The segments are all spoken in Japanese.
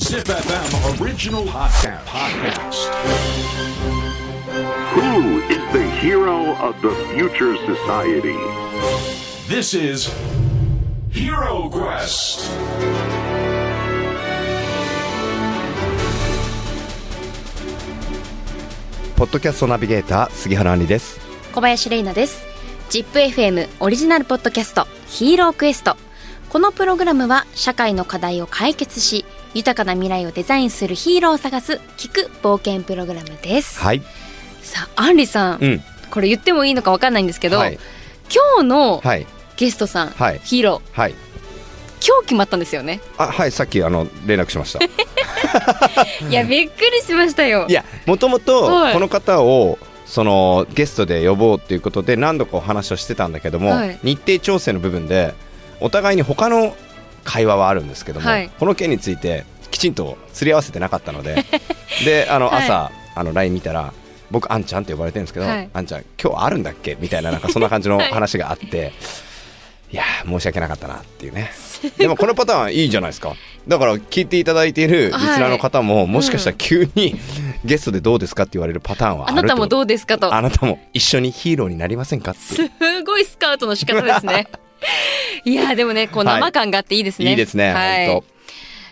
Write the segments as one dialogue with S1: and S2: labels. S1: Zip FM original podcast. podcast.
S2: Who is the hero of the future society?
S1: This is Hero Quest.
S3: ポッドキャストナビゲーター杉原兄です。
S4: 小林玲奈です。ZIPFM オリジナルポッドキャストヒーロークエスト。このプログラムは社会の課題を解決し、豊かな未来をデザインするヒーローを探す聞く冒険プログラムです。
S3: はい。
S4: さあ、アンリさん,、
S3: うん
S4: これ言ってもいいのかわかんないんですけど、
S3: はい
S4: 今日の
S3: はい
S4: ゲストさん、
S3: はい
S4: ヒーロー、
S3: はい。
S4: 今日決まったんですよね。
S3: あはいさっきあの連絡しました。い
S4: いや、びっくりしましたよ。
S3: やもともと
S4: はい
S3: この方をそのゲストで呼ぼうということで何度かお話をしてたんだけども、
S4: はい
S3: 日程調整の部分でお互いに他の会話はあるんですけども、
S4: はい
S3: この件についてきちんとすり合わせてなかったの でであの
S4: はい
S3: 朝、あの LINE 見たら僕あんちゃんって呼ばれてるんですけど、
S4: はい
S3: あんちゃん今日あるんだっけみたいななんかそんな感じの
S4: はい
S3: 話があって、い、やー申し訳なかったなっていう ねでもこのパターンいいじゃないですかだから聞いていただいているリスナーの方も、もしかしたら急にゲストでどうですかって言われるパターンは
S4: あ
S3: ある
S4: な
S3: って
S4: た
S3: こと
S4: もどうですかと。
S3: あなたも一緒にヒーローになりませんかって
S4: すごいスカウトの仕方ですね。 いやーでもね、こう
S3: はい
S4: 生感があっていいですね。
S3: いいですね
S4: はい
S3: 本。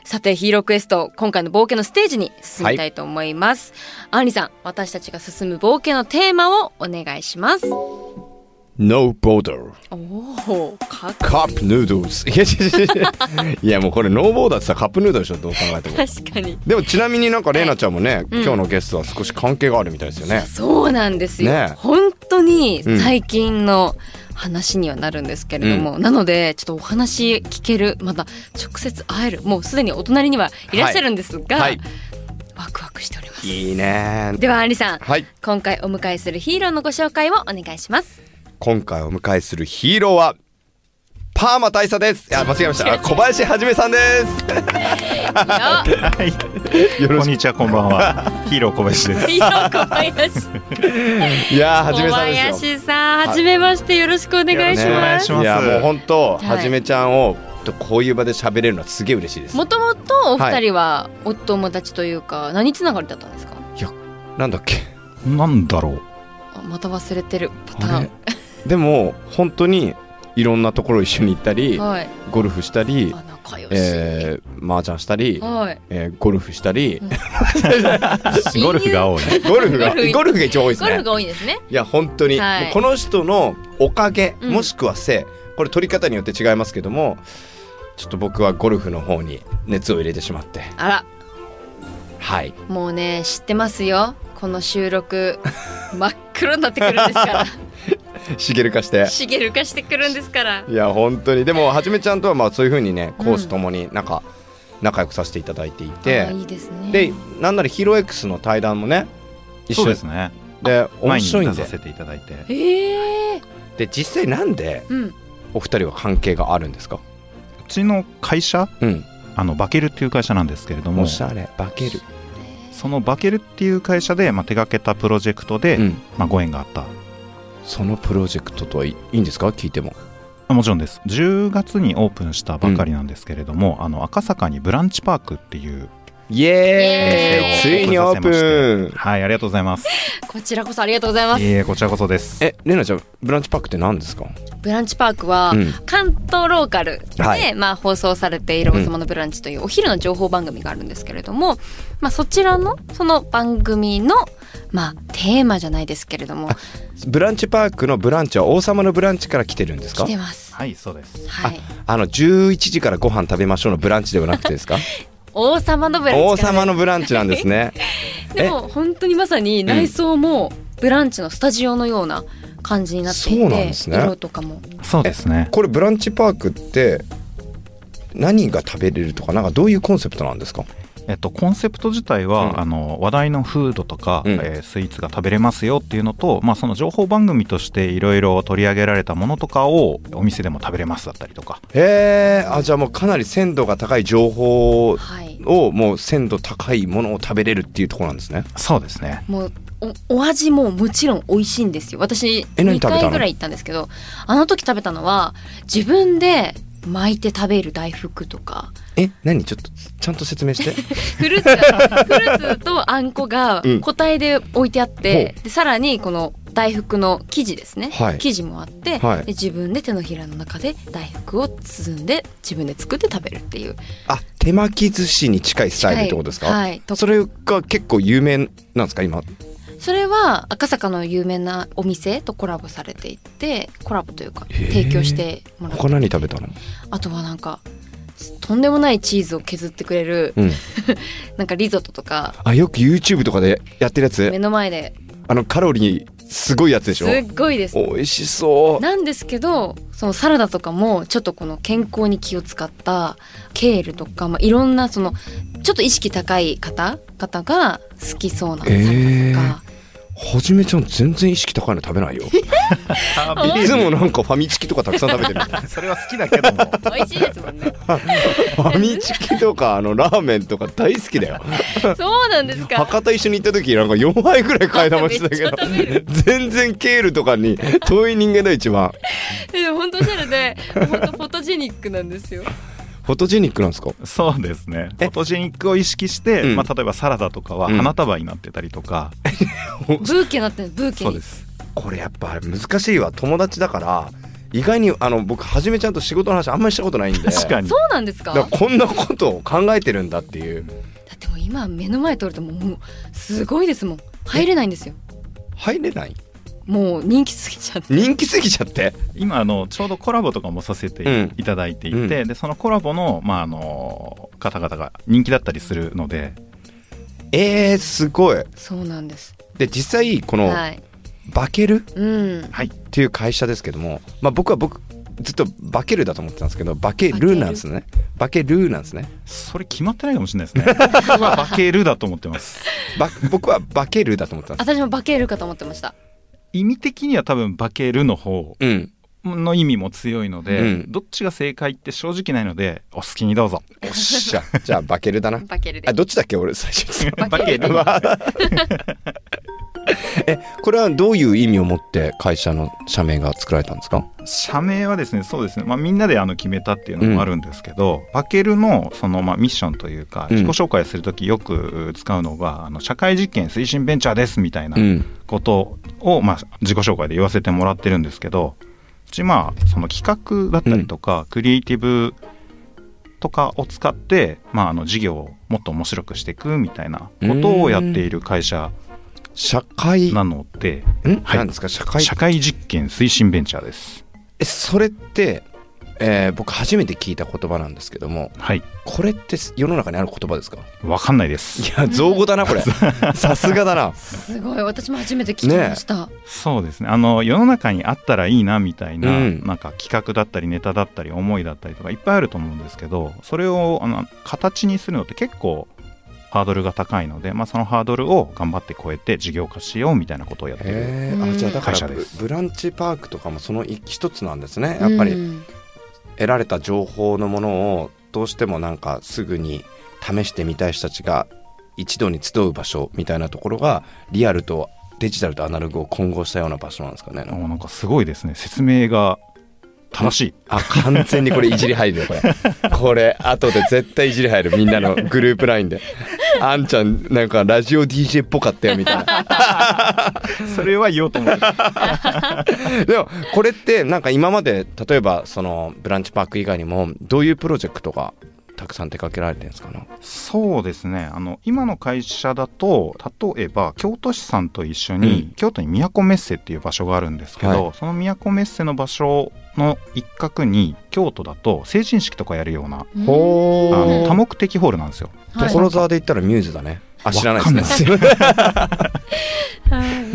S4: さて、ヒーロークエスト、今回の冒険のステージに進みたいと思います。アンリさん、私たちが進む冒険のテーマをお願いします。お
S3: No border
S4: お、かっ
S3: カップヌードル スいや違う違う違ういやもうこれノーボーダーってさカップヌードルでしょどう考え ても
S4: 確かに。
S3: でもちなみになんかレイナちゃんもね、今日のゲストは少し関係があるみたいですよね
S4: そうなんですよ。
S3: ねえ
S4: 本当に最近の話にはなるんですけれども、なので、ちょっとお話聞ける、また直接会える、もうすでにお隣にはいらっしゃるんですが、
S3: はい
S4: ワクワクしております。
S3: いいね
S4: ではアンリさん、
S3: はい
S4: 今回お迎えするヒーローのご紹介をお願いします
S3: 今回お迎えするヒーローはパーマ大佐ですいや間違えましたあ小林はじめさんです
S5: はい、
S3: よろ
S5: こん
S3: し
S5: にちは、こんばんは。 ヒーロー小林です。
S4: ヒー ロー小林小
S3: くいやーはじめさんですよ
S4: 林さんはじめましてよろしくお願いし
S5: よろしくお願
S4: ま
S5: い
S4: す
S5: します
S3: いやもう本当、はいじめちゃんをこういう場で喋れるのはすげえ嬉しいです
S4: もともとお二人はお友達というか何つながりだったんですか
S3: なんだっけ
S5: なんだろう。
S4: あまた忘れてるパタ
S3: あ
S4: ー
S3: れでも本当にいろんなところ一緒に行ったり
S4: ンはい
S3: ゴルフしたり
S4: あ仲良し、
S3: えー、麻雀したり、
S4: はい
S3: えーゴルフしたり、
S4: 親友
S5: ゴルフが多い。
S3: ゴルフが
S4: ゴルフ
S3: ゴルフが一番多いです
S4: ゴルフ
S3: ね
S4: が多いんですね
S3: いや本当に、
S4: はい
S3: もうこの人のおかげ
S4: うん
S3: もしくはせい、これ取り方によって違いますけどもちょっと僕はゴルフの方に熱を入れてしまって
S4: あら
S3: はい
S4: もうね知ってますよこの収録真っ黒になってくるんですから
S3: 茂る化して
S4: 茂る化してくるんですから
S3: いや本当にでもはじめちゃんとはまあそういう風にねコースともになんか仲良くさせていただいていて
S4: あ、いいですね
S3: でなんならヒロエクスの対談もね一
S5: そう
S3: 緒
S5: ですね。
S3: で面
S5: 前に
S3: 白い
S5: 出
S3: んで
S5: させていただいて。
S4: ええ
S3: で実際なんで
S4: うん
S3: お二人は関係があるんですか
S5: うちの会社、
S3: うん
S5: あのバケルっていう会社なんですけれども、
S3: おし
S5: そ
S3: ゃれ化ける、
S5: のバケルっていう会社で、まあ、手掛けたプロジェクトで、
S3: うん、
S5: まあ、ご縁があった
S3: そのプロジェクトとはい、いいんですか聞いても
S5: あ。もちろんです。10月にオープンしたばかりなんですけれども、あの赤坂にブランチパークっていう、
S3: イ
S4: エ
S5: ーイ
S3: ついにオープン
S5: はい、ありがとうございます。
S4: こちらこそありがとうございま
S5: い
S4: す。
S5: えいえ、こちらこそです。
S3: え、レナちゃん、ブランチパークって何ですか
S4: ブランチパークは、
S3: うん
S4: 関東ローカルで、
S3: はい
S4: まあ、放送されている「王様のブランチ」というお昼の情報番組があるんですけれども、まあ、そちらのその番組の、まあ、テーマじゃないですけれども
S3: ブランチパークのブランチは王様のブランチから来てるんです
S4: 来
S3: か
S4: てます。
S5: はい、そうです。
S4: はい、
S3: あの、11時からご飯食べましょうのブランチではなくてですか
S4: 王様 のブラン
S3: 王
S4: チか
S3: 様
S4: ら
S3: のブランチなんです ね。
S4: でも本当にまさに内装もブランチのスタジオのような感じになっていて、
S3: そうなんですね
S4: 色とかも
S5: そうですね。
S3: これブランチパークって、何が食べれるとか、なんかどういうコンセプトなんですか
S5: えっと、コンセプト自体は、
S3: うん
S5: あの話題のフードとか、
S3: うん
S5: えースイーツが食べれますよっていうのと、まあ、その情報番組としていろいろ取り上げられたものとかをお店でも食べれますだったりとか
S3: へえ、あ、じゃあもうかなり鮮度が高い情報
S4: はい
S3: を、もう鮮度高いものを食べれるっていうところなんですね。
S5: そうですね
S4: もうおお味ももちろん美味しいんですよ私
S3: え何
S4: 2
S3: 食べたの
S4: 回ぐらい行ったんですけどあの時食べたのは自分で巻いて食べる大福と か
S3: え何ちょっとちゃんと説明して
S4: フルーツがフルーツとあんこが
S3: うん
S4: 個体で置いてあって、
S3: ほ
S4: でさらにこの大福の生地ですね、
S3: はい
S4: 生地もあって、
S3: はい
S4: で自分で手のひらの中で大福を包んで自分で作って食べるっていう
S3: あ手巻き寿司に近いスタイルってことですか、
S4: はいはいと
S3: それが結構有名なんですか今
S4: それは赤坂の有名なお店とコラボされていてコラボというか
S3: へー
S4: 提供してもらって
S3: 他何食べたの、
S4: あとはなんかとんでもないチーズを削ってくれる
S3: うん、
S4: なんかリゾットとか
S3: あよく YouTube とかでやってるや
S4: 目
S3: つ
S4: の前で
S3: あのカロリーすごいやつですしょ
S4: っごいです
S3: 美味しそう
S4: なんですけどそのサラダとかもちょっとこの健康に気を使ったケールとか、まあ、いろんなそのちょっと意識高い方方が好きそうなサラダとか、
S3: えーはじめちゃん全然意識高いの食べないよいつもなんかファミチキとかたくさん食べてるフ
S5: それは好きだけ ども
S4: 美味しいですもんね
S3: ァミチキとかあのラーメンとか大好きだよ
S4: そうなんですか
S3: 博多一緒に行った時なんか4杯ぐらい買い玉してたけど全然ケールとかに遠い人間だよ一番
S4: でも本当おしゃれで本当フォトジェニックなんですよ
S3: フォトジェニックなんですか
S5: そうですねフォトジェニックを意識して、
S3: うん
S5: まあ、例えばサラダとかは
S3: うん
S5: 花束になってたりとか、
S4: ブーケになってるブーケ
S5: そう
S4: に
S5: です
S3: これやっぱ難しいわ友達だから意外にあの僕はじめちゃんと仕事の話あんまりしたことないんで
S5: 確かに
S4: そうなんですか
S3: だからこんなことを考えてるんだっていう
S4: だってもう今目の前通るともうもうすごいですもん入れないんですよ
S3: 入れない
S4: もう人気すぎちゃって
S3: 人気すぎちゃって
S5: 今あのちょうどコラボとかもさせ
S3: うん
S5: ていただいていて、でそのコラボの,、まあ、あの方々が人気だったりするので
S3: えー、すごい
S4: そうなんです
S3: で実際この
S4: はい
S3: バケルっ
S4: うん
S3: ていう会社ですけども、まあ、僕は僕ずっとバケルだと思ってたんですけどバケルーなんですねバケルーなんですね
S5: それ決まってないかもしれないですね僕はバケルだと思ってます
S3: ば 僕はバケルだと思ってたんです
S4: 私も化けるかと思ってました
S5: 意味的には多分バケルの方
S3: うん
S5: の意味も強いので、
S3: うん
S5: どっちが正解って正直ないのでお好きにどうぞ
S3: おっしゃじゃあバケルだな
S4: 化けるで
S3: あどっちだっけ俺最初
S5: バケル
S3: わ えこれはどういう意味を持って会社の社名が作られたんですか
S5: 社名はですねそうですね、まあ、みんなであの決めたっていうのもあるんですけど、バケルのそのまあミッションというか
S3: うん
S5: 自己紹介する時よく使うのが、あの社会実験推進ベンチャーですみたいな
S3: うん
S5: ことを、まあ、自己紹介で言わせてもらってるんですけどうちまあその企画だったりとか、クリエイティブとかを使って、まあ、あの事業をもっと面白くしていくみたいなことをやっている会社
S3: 社会
S5: なので
S3: ん、
S5: はい
S3: なんですか社会
S5: 社会実験推進ベンチャーです。
S3: えそれって、えー僕初めて聞いた言葉なんですけども
S5: はい
S3: これって世の中にある言葉ですか
S5: わかんないです
S3: いや造語だなこれさすがだ な
S4: すごい私も初めて聞きました、
S5: そうですねあの世の中にあったらいいなみたいな,、
S3: うん
S5: なんか企画だったりネタだったり思いだったりとかいっぱいあると思うんですけどそれをあの形にするのって結構ハードルが高いので、まあ、そのハードルを頑張って超えて事業化しようみたいなことをやってる
S3: へ
S4: う
S3: ー
S4: ん
S3: あじゃあだか
S5: 会
S3: ら
S5: 社で
S3: ブ
S5: す
S3: ブランチパークとかもその一一つなんですねやっぱ
S4: う
S3: り
S4: ん
S3: 得られた情報のものをどうしてもなんかすぐに試してみたい人たちが一度に集う場所みたいなところがリアルとデジタルとアナログを混合したような場所なんですかね
S5: もうなんかすごいですね説明が正しい
S3: あ完全にこれいじり入る よこれこれ後で絶対いじり入るみんなのグループライ ンであんちゃんなんかラジオ DJ っぽかったよみたいな
S5: それは言おうと思って
S3: でもこれってなんか今まで例えばそのブランチパーク以外にもどういうプロジェクトがたくさん手掛けられてるんですかね
S5: そうですねあの今の会社だと例えば京都市さんと一緒に、
S3: うん
S5: 京都に都メッセっていう場所があるんですけど、その都メッセの場所の一角に京都だと成人式とかやるようなあ
S3: ほ
S5: の多目的ホールなんですよ。
S4: はい
S3: 所沢で言ったらミューズだねあ知らないです ね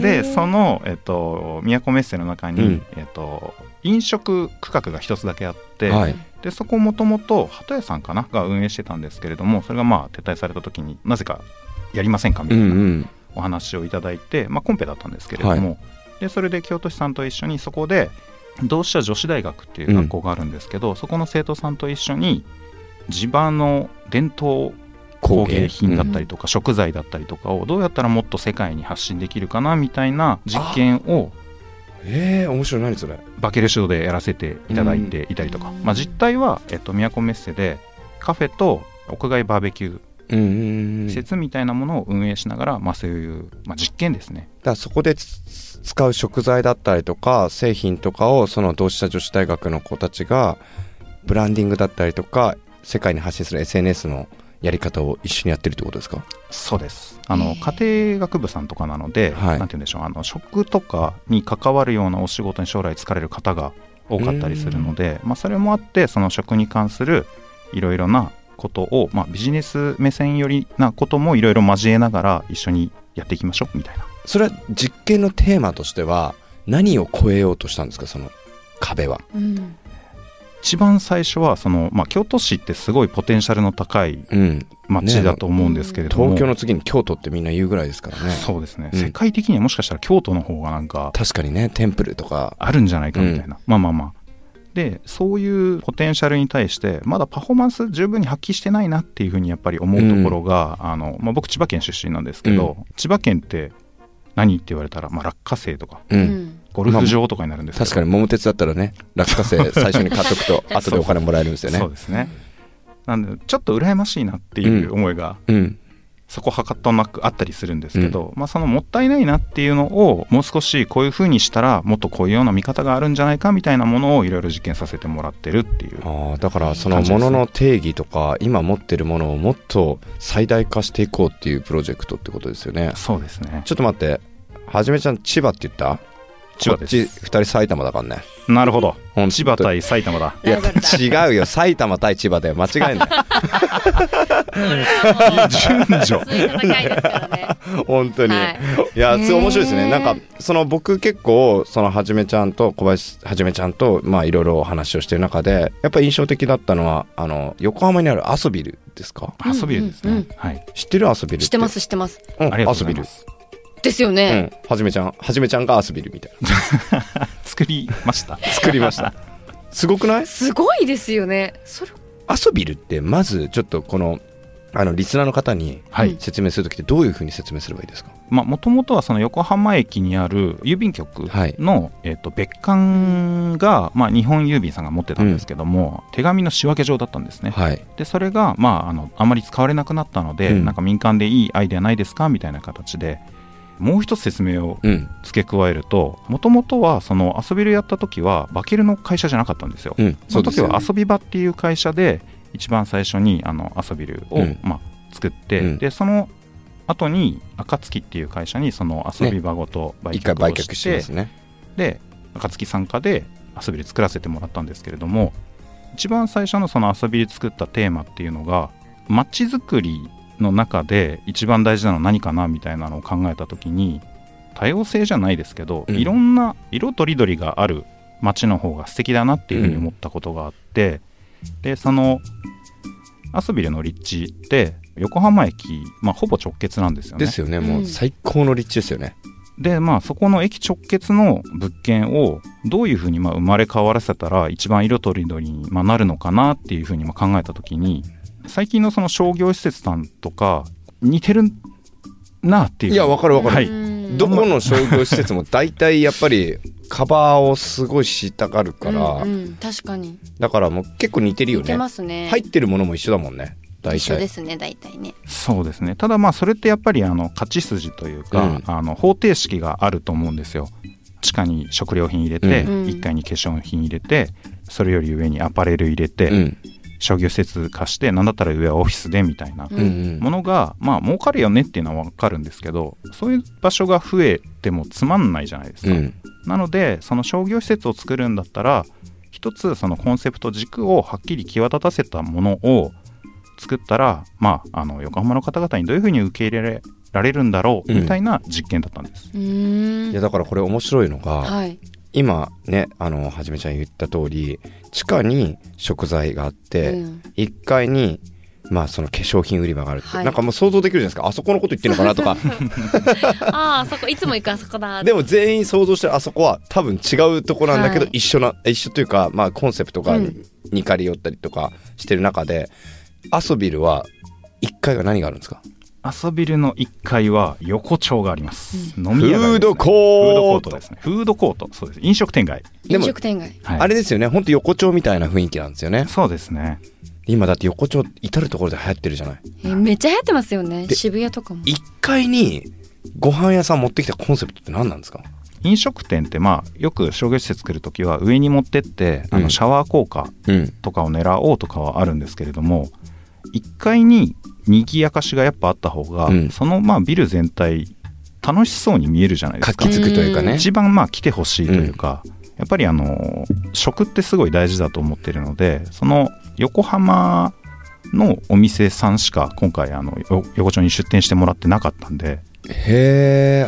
S5: でその、えっと、都メッセの中に、
S3: うん
S5: えっと、飲食区画が一つだけあって、
S3: はい
S5: でそこもともと鳩屋さんかなが運営してたんですけれどもそれがまあ撤退された時になぜかやりませんかみ
S3: う
S5: たい
S3: ん
S5: な。
S3: うん
S5: お話をいただいて、まあ、コンペだったんですけれども、でそれで京都市さんと一緒にそこで同志社女子大学っていう学校があるんですけど、そこの生徒さんと一緒に地場の伝統工芸品だったりとか食材だったりとかをどうやったらもっと世界に発信できるかなみたいな実験を
S3: ええ面白い何それ
S5: バケレシオでやらせていただいていたりとか、まあ、実態は、えっと、都メッセでカフェと屋外バーベキュー
S3: うんうんうん
S5: 施
S3: だか
S5: 設みたいなものを運営しながら、まあ、そういう、まあ、実験ですね
S3: らそこでつ使う食材だったりとか製品とかをその同志社女子大学の子たちがブランディングだったりとか世界に発信する SNS のやり方を一緒にやってるってことですか
S5: そうですあの家庭学部さんとかなので、
S3: はい
S5: なんて言うんでしょうあの食とかに関わるようなお仕事に将来疲れる方が多かったりするので、まあ、それもあってその食に関するいろいろなことを、まあ、ビジネス目線よりなこともいろいろ交えながら一緒にやっていきましょうみたいな
S3: それは実験のテーマとしては何を超えようとしたんですかその壁は
S4: うん
S5: 一番最初はその、まあ、京都市ってすごいポテンシャルの高い
S3: うん
S5: 街だと思うんですけれども、
S3: 東京の次に京都ってみんな言うぐらいですからね
S5: そうですね、
S3: うん
S5: 世界的にはもしかしたら京都の方がなんか
S3: 確かにねテンプルとか
S5: あるんじゃないかみたいな、まあまあまあでそういうポテンシャルに対してまだパフォーマンス十分に発揮してないなっていうふうにやっぱり思うところが、あのまあ、僕千葉県出身なんですけど、千葉県って何って言われたら、まあ、落花生とか
S3: う
S4: うんん
S5: ゴルフ場とかになるんですけど、
S3: 確かに桃鉄だったらね落花 生最初に買っとくと後でお金もらえるんですよね
S5: そうですねなんでちょっと羨ましいなっていう思いが
S3: うん
S5: そこはかとなくあったりするんですけど、まあ、そのもったいないなっていうのをもう少しこういうふうにしたらもっとこういうような見方があるんじゃないかみたいなものをいろいろ実験させてもらってるっていう
S3: ああだからそのものの定義とか今持ってるものをもっと最大化していこうっていうプロジェクトってことですよね
S5: そうですね
S3: ちょっと待ってはじめちゃん千葉って言った
S5: 千葉
S3: こ
S5: で
S3: っち
S5: す
S3: 2人埼玉だからね
S5: なるほど
S3: ほんと
S5: 千葉対埼玉だ
S3: いや違うよ埼玉対千葉だよ間違えんな
S4: そういう
S5: 順序
S4: 戦いですから
S3: い
S4: ね。
S3: 本当に、
S4: はい
S3: いや、すごい面白いです
S4: ね
S3: ね。
S4: え
S3: なんか、その僕結構、そのはじめちゃんと小林はじめちゃんと、まあいろいろお話をしてる中で、やっぱり印象的だったのは、あの、横浜にあるアソビルですか
S5: 遊びるですね、
S4: うんうん
S5: はい
S3: 知ってるアソビル
S4: 知ってま。す知ってます。
S3: うん、
S5: ありが
S3: ア
S5: と
S3: ソ
S5: う
S3: ビ
S5: ござい
S3: ル
S5: ま。す
S4: ですよ
S3: う
S4: ね。
S3: ん、はじめちゃん、はじめちゃんがアソビルみた いな。
S5: 作りました
S3: 作りました。すごくない
S4: すごいですよね。それ
S3: アソビルって、まずちょっとこの、あの、リスナーの方に
S5: はい
S3: 説明するときってどういうふうに説明すればいいですか
S5: まあもともとはその横浜駅にある郵便局
S3: はい
S5: の、えっと別館が、まあ、日本郵便さんが持ってたんですけども、手紙の仕分け状だったんですね、
S3: はい。
S5: でそれが、まあ、あのあまり使われなくなったので、
S3: うん
S5: なんか民間でいいアイデアないですかみたいな形でもう一つ説明を
S3: うん、
S5: 付け加えるともともとはその遊びるやった時はバケルの会社じゃなかったんですよ。
S3: うん、
S5: その時
S3: よね
S5: は遊び場っていう会社で一番最初にあの遊びるを、
S3: うん
S5: まあ、作って、
S3: うん
S5: でその後に暁っていう会社にその遊び場ごと売
S3: 一回売
S5: 却を
S3: 却し
S5: してて、
S3: ますね。
S5: で暁参加で遊びで作らせてもらったんですけれども一番最初のその遊びで作ったテーマっていうのが街づくりの中で一番大事なのは何かなみたいなのを考えた時に多様性じゃないですけど、
S3: うん
S5: いろんな色とりどりがある街の方が素敵だなっていうふうに思ったことがあって、でその遊びでの立地って横浜駅、まあ、ほぼ直結なんですよね
S3: で。すよね、もううん最高の立地ですよね。
S5: でまあそこの駅直結の物件をどういうふうにまあ生まれ変わらせたら一番色とりどりにまあなるのかなっていうふうにまあ考えた時に最近のその商業施設さんとか似てるなっていう
S3: いや、わかるわかる。
S5: はい
S4: うん
S3: どこの商業施設も大体やっぱりカバーをすごいしたがるから、
S4: うんうん確かに
S3: だからもう結構似てるよ
S4: 似て
S3: ね。
S4: ますね。
S3: 入ってるものも一緒だもんね。大体。
S4: 一緒ですね大体ね。
S5: そうですねただまあそれってやっぱりあの勝ち筋というか、
S3: うん
S5: あの方程式があると思うんですよ地下に食料品入れて、
S4: うん
S5: 1階に化粧品入れてそれより上にアパレル入れて、
S3: うん。
S5: 商業施設貸して何だったら上はオフィスでみたいな
S4: う
S3: うんうん。
S5: ものがまあ儲かるよねっていうのは分かるんですけどそういう場所が増えてもつまんないじゃないです
S3: う
S5: か、
S3: ん。
S5: なのでその商業施設を作るんだったら一つそのコンセプト軸をはっきり際立たせたものを作ったらまああの横浜の方々にどういうふうに受け入れられるんだろうみたいな実験だったんです、
S4: うーん
S3: いやだからこれ面白いのが、
S4: はい。
S3: 今ねあのはじめちゃん言った通り地下に食材があって、
S4: うん
S3: 1階にまあその化粧品売り場があるって、
S4: はい
S3: なんかもう想像できるじゃないですかあそこのこと言ってるのかなと か
S4: ああそこいつも行くあそこだ。
S3: でも全員想像してるあそこは多分違うとこなんだけど、
S4: はい
S3: 一緒な一緒というか、まあ、コンセプトが
S4: うん
S3: 似通り寄ったりとかしてる中で、アソビルは1階が何があるんですか
S5: 朝ビルの1階は横丁があります、飲
S3: フ
S5: み屋街ですね
S3: ードコ
S5: フードコー
S3: ー
S5: ト
S3: ト
S5: ですねフードコートそうです飲食店街、
S3: で
S4: 飲
S3: も
S4: 食店街
S5: はい
S3: あれですよねほんと横丁みたいな雰囲気なんですよね
S5: そうですね
S3: 今だって横丁至る所で流行ってるじゃない
S4: えめっちゃ流行ってますよね
S3: で
S4: 渋谷とかも
S3: 1階にご飯屋さん持ってきたコンセプトって何なんですか
S5: 飲食店ってまあよく商業施設作るときは上に持ってってあ
S3: うん
S5: のシャワー効果
S3: うん
S5: とかを狙おうとかはあるんですけれども1階に賑やかしがやっぱあった方が、
S3: うん
S5: そのまあビル全体楽しそうに見えるじゃないです
S3: 活
S5: か
S3: 気づくというかね
S5: 一番まあ来てほしいというか、やっぱりあの食ってすごい大事だと思ってるのでその横浜のお店さんしか今回あのよ横丁に出店してもらってなかったんで、
S3: へ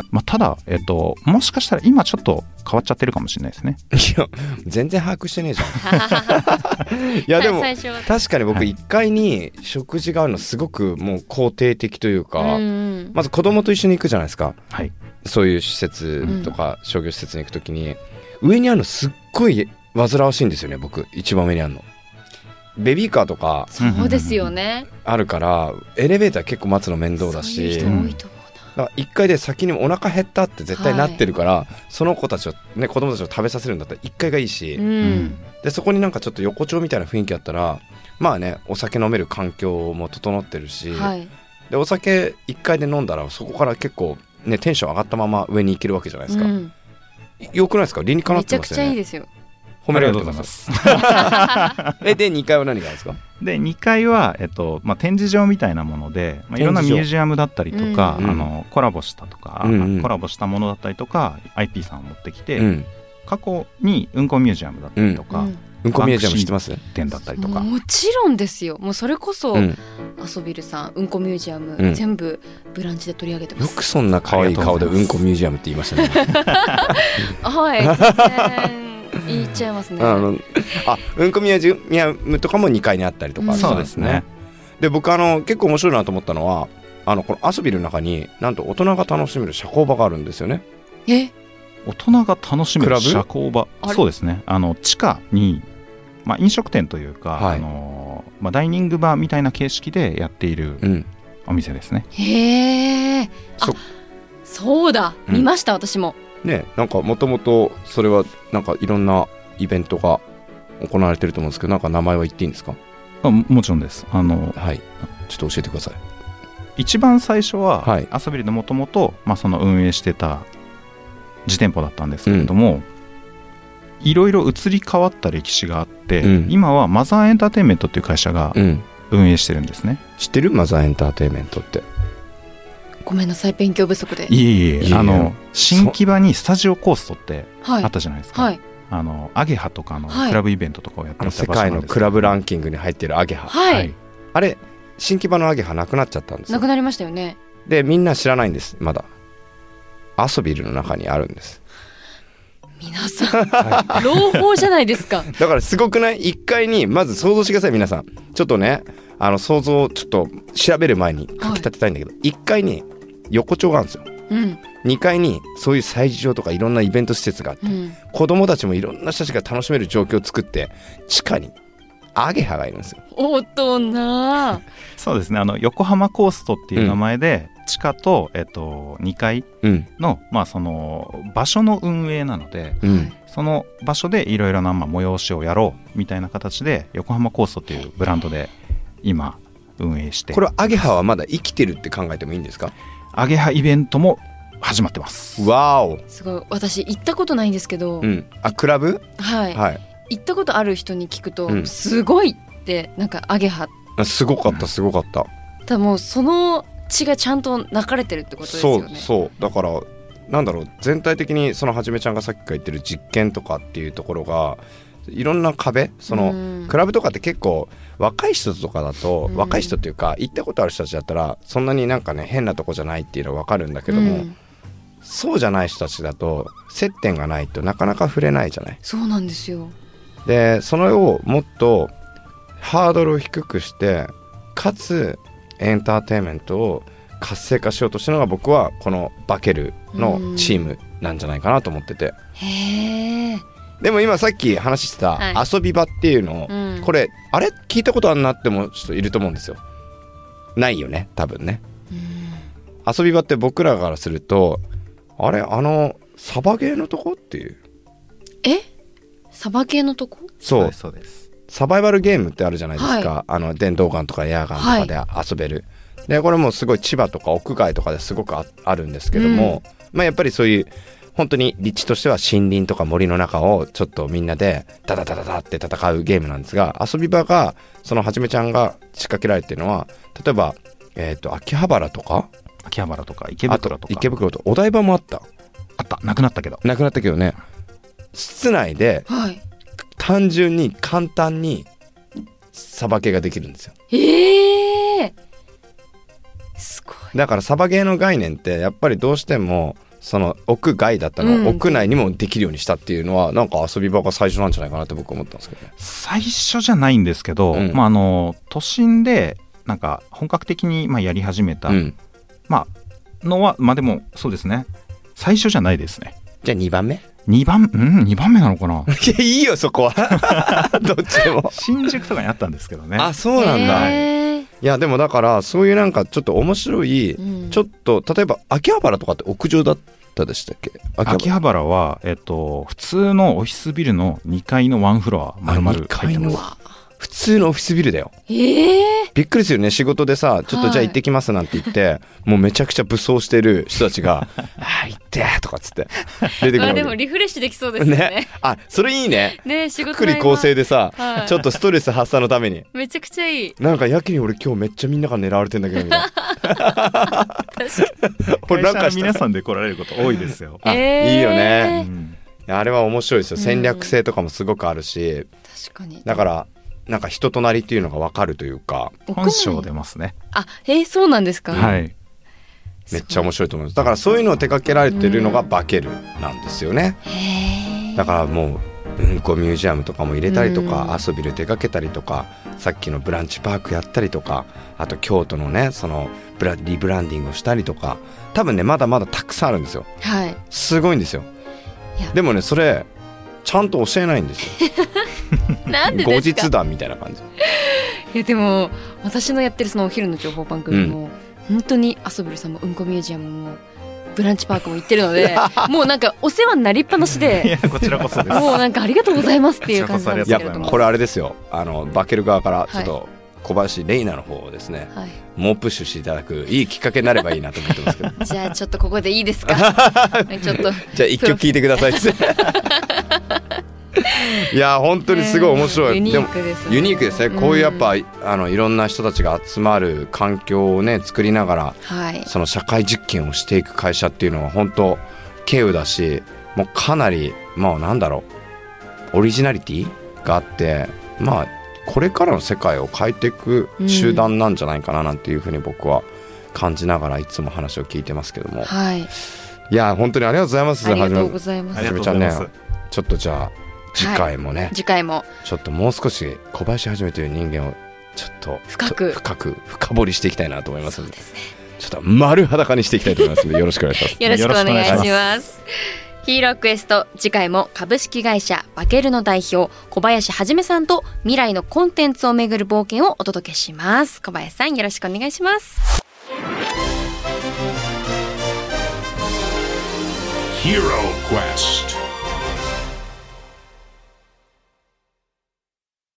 S3: え
S5: まあ、ただ、えっと、もしかしたら今ちょっと変わっちゃってるかもしれないですね。
S3: いや全然把握してねえじゃ んいやでも
S4: 最初は
S3: 確かに僕
S5: はい
S3: 1階に食事があるのすごくもう肯定的というか、
S4: うんうん
S3: まず子供と一緒に行くじゃないですか
S5: はい、
S3: そういう施設とか商業施設に行くときに、上にあるのすっごい煩わしいんですよね僕一番上にあるのベビーカーとか
S4: そうですよね
S3: あるからエレベーター結構待つの面倒だ
S4: そういう
S3: し
S4: 人
S3: だ
S4: 多いと思
S3: から1階で先にお腹減ったって絶対なってるから、その子たちをね子供たちを食べさせるんだったら1階がいいし、
S4: うなうん
S3: でそこになんかちょっと横丁みたいな雰囲気あったらまあねお酒飲める環境も整ってるし、
S4: はい
S3: でお酒1階で飲んだらそこから結構ねテンション上がったまま上に行けるわけじゃないですか、
S4: うん
S3: よくないですか理にかなっ
S4: めち
S3: て
S4: ゃ
S3: ま
S4: く
S3: す
S4: ち
S3: よ
S4: ゃ
S3: ね
S4: いい ですよ
S3: 褒
S5: あ
S3: め
S5: り
S3: ら
S5: が
S3: れて
S5: とうござ
S3: ま
S5: い
S3: す
S5: ます。
S3: えで2階は何があるんですか
S5: で2階は、えっとまあ、展示場みたいなもので、ま
S3: 展
S5: あ、
S3: 示場
S5: いろんなミュージアムだったりとか、
S3: うん
S5: あのコラボしたとか、
S3: うんうん
S5: コラボしたものだったりとか IP さんを持ってきて、
S3: うん
S5: 過去にうんこミュージアムだったりと
S4: う
S5: か、
S4: ん
S3: うんこミュージアム知ってます
S5: 展だったりとか、
S4: もちろんですよもうそれこそ
S3: うん
S4: 遊びるさんうんこミュージアム、
S3: うん
S4: 全部ブランチで取り上げてま
S3: よ
S4: す
S3: くそんな可愛い顔でうんこミュージアムって言いましたね
S4: はい全然言っちゃいますね
S3: あのあうんこミュージアムとかも2階にあったりとか、
S4: うん
S5: そうですね
S3: で僕あの結構面白いなと思ったのはあのこの遊びの中になんと大人が楽しめる社交場があるんですよね
S4: え
S5: 大人が楽しめ
S3: クラ
S5: る
S3: ブ
S5: 社交場
S4: あれ
S5: そうですねあの地下に、まあ、飲食店というか、
S3: はい
S5: あのまあ、ダイニングバーみたいな形式でやっている
S3: うん
S5: お店ですね、
S4: へえあ
S3: そ
S4: そうだ、
S3: うん
S4: 見ました私も
S3: ねなんかもともとそれはなんかいろんなイベントが行われてると思うんですけどなんか名前は言っていいんですか
S5: あももちろんですあの
S3: はいちょっと教えてください
S5: 一番最初は、
S3: はい
S5: アサビルでもともとまあその運営してた自店舗だったんですけれども、いろいろ移り変わった歴史があって、
S3: うん
S5: 今はマザーエンターテインメントっていう会社が
S3: うん
S5: 運営してるんですね、
S3: 知ってるマザーエンターテインメントって
S4: ごめんなさい勉強不足で
S5: いえいえ
S3: いえいえ
S5: あの新木場にスタジオコーストって
S4: は
S5: あっ
S4: い
S5: たじゃないですか、
S4: はい
S5: あのアゲハとかの
S4: はい
S5: クラブイベントとかをやって
S3: あ
S5: い
S3: の
S5: た
S3: 世
S5: 場所な
S3: 界
S5: ん
S3: の
S5: です
S3: クラブランキングに入ってるアゲハ、
S4: はい、
S3: あれ新木場のアゲハなくなっちゃったんです
S4: な
S3: よ
S4: くなりましたよね
S3: でみんな知らないんですまだアソビルの中にあるんです
S4: 皆さん、朗報じゃないで すか
S3: だからすごくない1階にまず想像してください皆さんちょっとねあの想像をちょっと調べる前にかき立てたいんだけど、1階に横丁があるんですよ
S4: うん
S3: 2階にそういう催事場とかいろんなイベント施設があって
S4: うん
S3: 子供たちもいろんな人たちが楽しめる状況を作って地下にアゲハがいるんですよ
S4: 大人
S5: そうですねあの横浜コーストっていう名前で、地下と、えっと、2階
S3: うん
S5: の,、まあその場所の運営なので
S3: うん
S5: その場所でいろいろなまあ催しをやろうみたいな形で横浜コーストっていうブランドで今運営して
S3: これはアゲハはまだ生きてるって考えてもいいんですか
S5: アゲハイベントも始まってます
S3: わお、
S4: すごい私行ったことないんですけど、
S3: うん、あクラブ
S4: はい、
S3: はい
S4: 行ったことある人に聞くと、
S3: うん
S4: すごいってなんかアゲハ
S3: あすごかったすごかった
S4: ただもうその血がちゃんと流れてるってことです
S3: そ
S4: よ
S3: う
S4: ね
S3: そうだからなんだろう全体的にそのはじめちゃんがさっきから言ってる実験とかっていうところがいろんな壁その、
S4: うん
S3: クラブとかって結構若い人とかだと、
S4: うん
S3: 若い人っていうか行ったことある人たちだったらそんなになんかね変なとこじゃないっていうのは分かるんだけども、
S4: うん
S3: そうじゃない人たちだと接点がないとなかなか触れないじゃない。
S4: そうなんですよ
S3: でそれをもっとハードルを低くしてかつエンターテインメントを活性化しようとしたのが僕はこのバケルのチームなんじゃないかなと思ってて
S4: へえ、
S3: でも今さっき話してた
S4: はい
S3: 遊び場っていうのを、
S4: うん
S3: これあれ聞いたことあんなってもちょっといると思うんですよないよね多分ね
S4: うん
S3: 遊び場って僕らからするとあれあのサバゲーのとこっていう
S4: えサバ系のとこ
S3: そう
S5: そうです
S3: サバイバルゲームってあるじゃないですか、
S4: は
S3: あの電動ガンとかエアガンとかで遊べる、でこれもすごい千葉とか屋外とかですごくああるんですけども、まあやっぱりそういう本当に立地としては森林とか森の中をちょっとみんなでダダダダダって戦うゲームなんですが遊び場がそのはじめちゃんが仕掛けられてるのは例えば、えー、と秋葉原とか
S5: 秋葉原とか池袋
S3: あ
S5: とか
S3: 池袋とお台場もあった
S5: あったなくなったけど
S3: なくなったけどね室内で
S4: はい
S3: 単純に簡単にさばけができるんですよ
S4: ええすごい
S3: だからサバゲーの概念ってやっぱりどうしてもその屋外だったのを、
S4: うん
S3: 屋内にもできるようにしたっていうのはなんか遊び場が最初なんじゃないかなって僕思ったんですけどね。
S5: 最初じゃないんですけど、
S3: うん
S5: まあ、あの都心でなんか本格的にまあやり始めた
S3: うん、
S5: まあのはまあでもそうですね最初じゃないですね
S3: じゃあ2番目い
S5: 2番うん2番目なのか
S3: や
S5: な
S3: いいよそこは どっちでも。
S5: 新宿とかにあったんですけどね
S3: あそうなんだ。い
S4: ええ
S3: やでもだからそういうなんかちょっと面白い、
S4: うん
S3: ちょっと例えば秋葉原とかって屋上だったでしたっけ
S5: 秋葉原は、えっと、普通のオフィスビルの2階のワンフロア丸々
S3: あ
S5: 入
S3: 二
S5: ってます
S3: 階の普通のオフィスビルだよ。
S4: ええ
S3: びっくりするよね仕事でさちょっ
S4: は
S3: と
S4: い
S3: じゃあ行ってきますなんて言って、 もうめちゃくちゃ武装してる人たちが「あー行って」とかっつって出てくるわ
S4: あ
S3: け
S4: でもリフレッシュできそうですよね。
S3: あそれいいね
S4: ね仕
S3: ゆっ
S4: 事
S3: く
S4: の合
S3: り
S4: 間
S3: 構成でさ、
S4: はい
S3: ちょっとストレス発散のために
S4: めちゃくちゃいい。
S3: なんかやけに俺今日めっちゃみんなが狙われてんだけどみたいな 俺なんかし
S5: 会社の
S3: た、
S5: 皆さんで来られること多いですよ
S3: あ
S4: えー
S3: いいよ
S5: う
S3: ね
S5: ん
S3: あれは面白いですよ戦略性とかもすごくあるし、
S4: 確かに。
S3: だからなんか人となりっていうのが分かるというか
S5: 本性出ますね、
S4: あえー、そうなんですか。
S5: はい
S3: めっちゃ面白いと思いますだからそういうのを手掛けられてるのがバケルなんですよね、
S4: へえ。
S3: だからもううんこミュージアムとかも入れたりと
S4: うん
S3: か遊びで出かけたりとかさっきのブランチパークやったりとかあと京都のねそのブラリブランディングをしたりとか多分ねまだまだたくさんあるんですよ
S4: はい。
S3: すごいんですよ
S4: いや
S3: でもねそれちゃんと教えないんですよ
S4: なんで
S3: 後
S4: ですか
S3: 日。談みたいな感じ
S4: いやでも私のやってるそのお昼の情報番組も、本当にアソブルさんもうんこミュージアムもブランチパークも行ってる のでもうなんかお世話になりっぱなし
S5: い
S4: で
S5: やこちらこそ です
S4: もうなんかありがとうございますっていう感じなんで
S3: い
S4: す
S3: や
S4: けれども。
S3: これあれですよあのバケル側からちょっと小林レイナの方をですね、
S4: はい、
S3: 猛プッシュしていただくいいきっかけになればいいなと思ってますけど
S4: じゃあちょっとここでいいで すかはいちょっと
S3: じゃあ一曲聴いてくださいっつって いや本当にすごい面白い、
S4: ユニ
S3: でも
S4: ークです
S3: ユニークですねこういうやっぱ、あのいろんな人たちが集まる環境をね作りながら
S4: はい
S3: その社会実験をしていく会社っていうのは本当稀有だしもうかなりまあなんだろうオリジナリティがあってまあこれからの世界を変えていく集団なんじゃないかななんていうふうに僕は感じながらいつも話を聞いてますけども、い、
S4: はい
S3: や本当にありがとうございます
S4: ありが
S3: はじめ
S4: とうございま
S5: あ
S4: す
S5: りがとうございます、
S3: はじちょっとじゃあ次回もね、
S4: 次回も
S3: ちょっともう少し小林はじめという人間をちょっと
S4: 深く
S3: ちょ深く深掘りしていきたいなと思います
S4: そう
S3: ので
S4: ですね
S3: ちょっと丸裸にしていきたいと思いますのでよろしくお願いします
S4: よろしくお願いし
S5: よろしくお願
S4: ます
S5: いし
S4: ヒーロークエスト次回も株式会社バケルの代表小林はじめさんと未来のコンテンツをめぐる冒険をお届けします小林さんよろしくお願いします
S1: Hero Quest.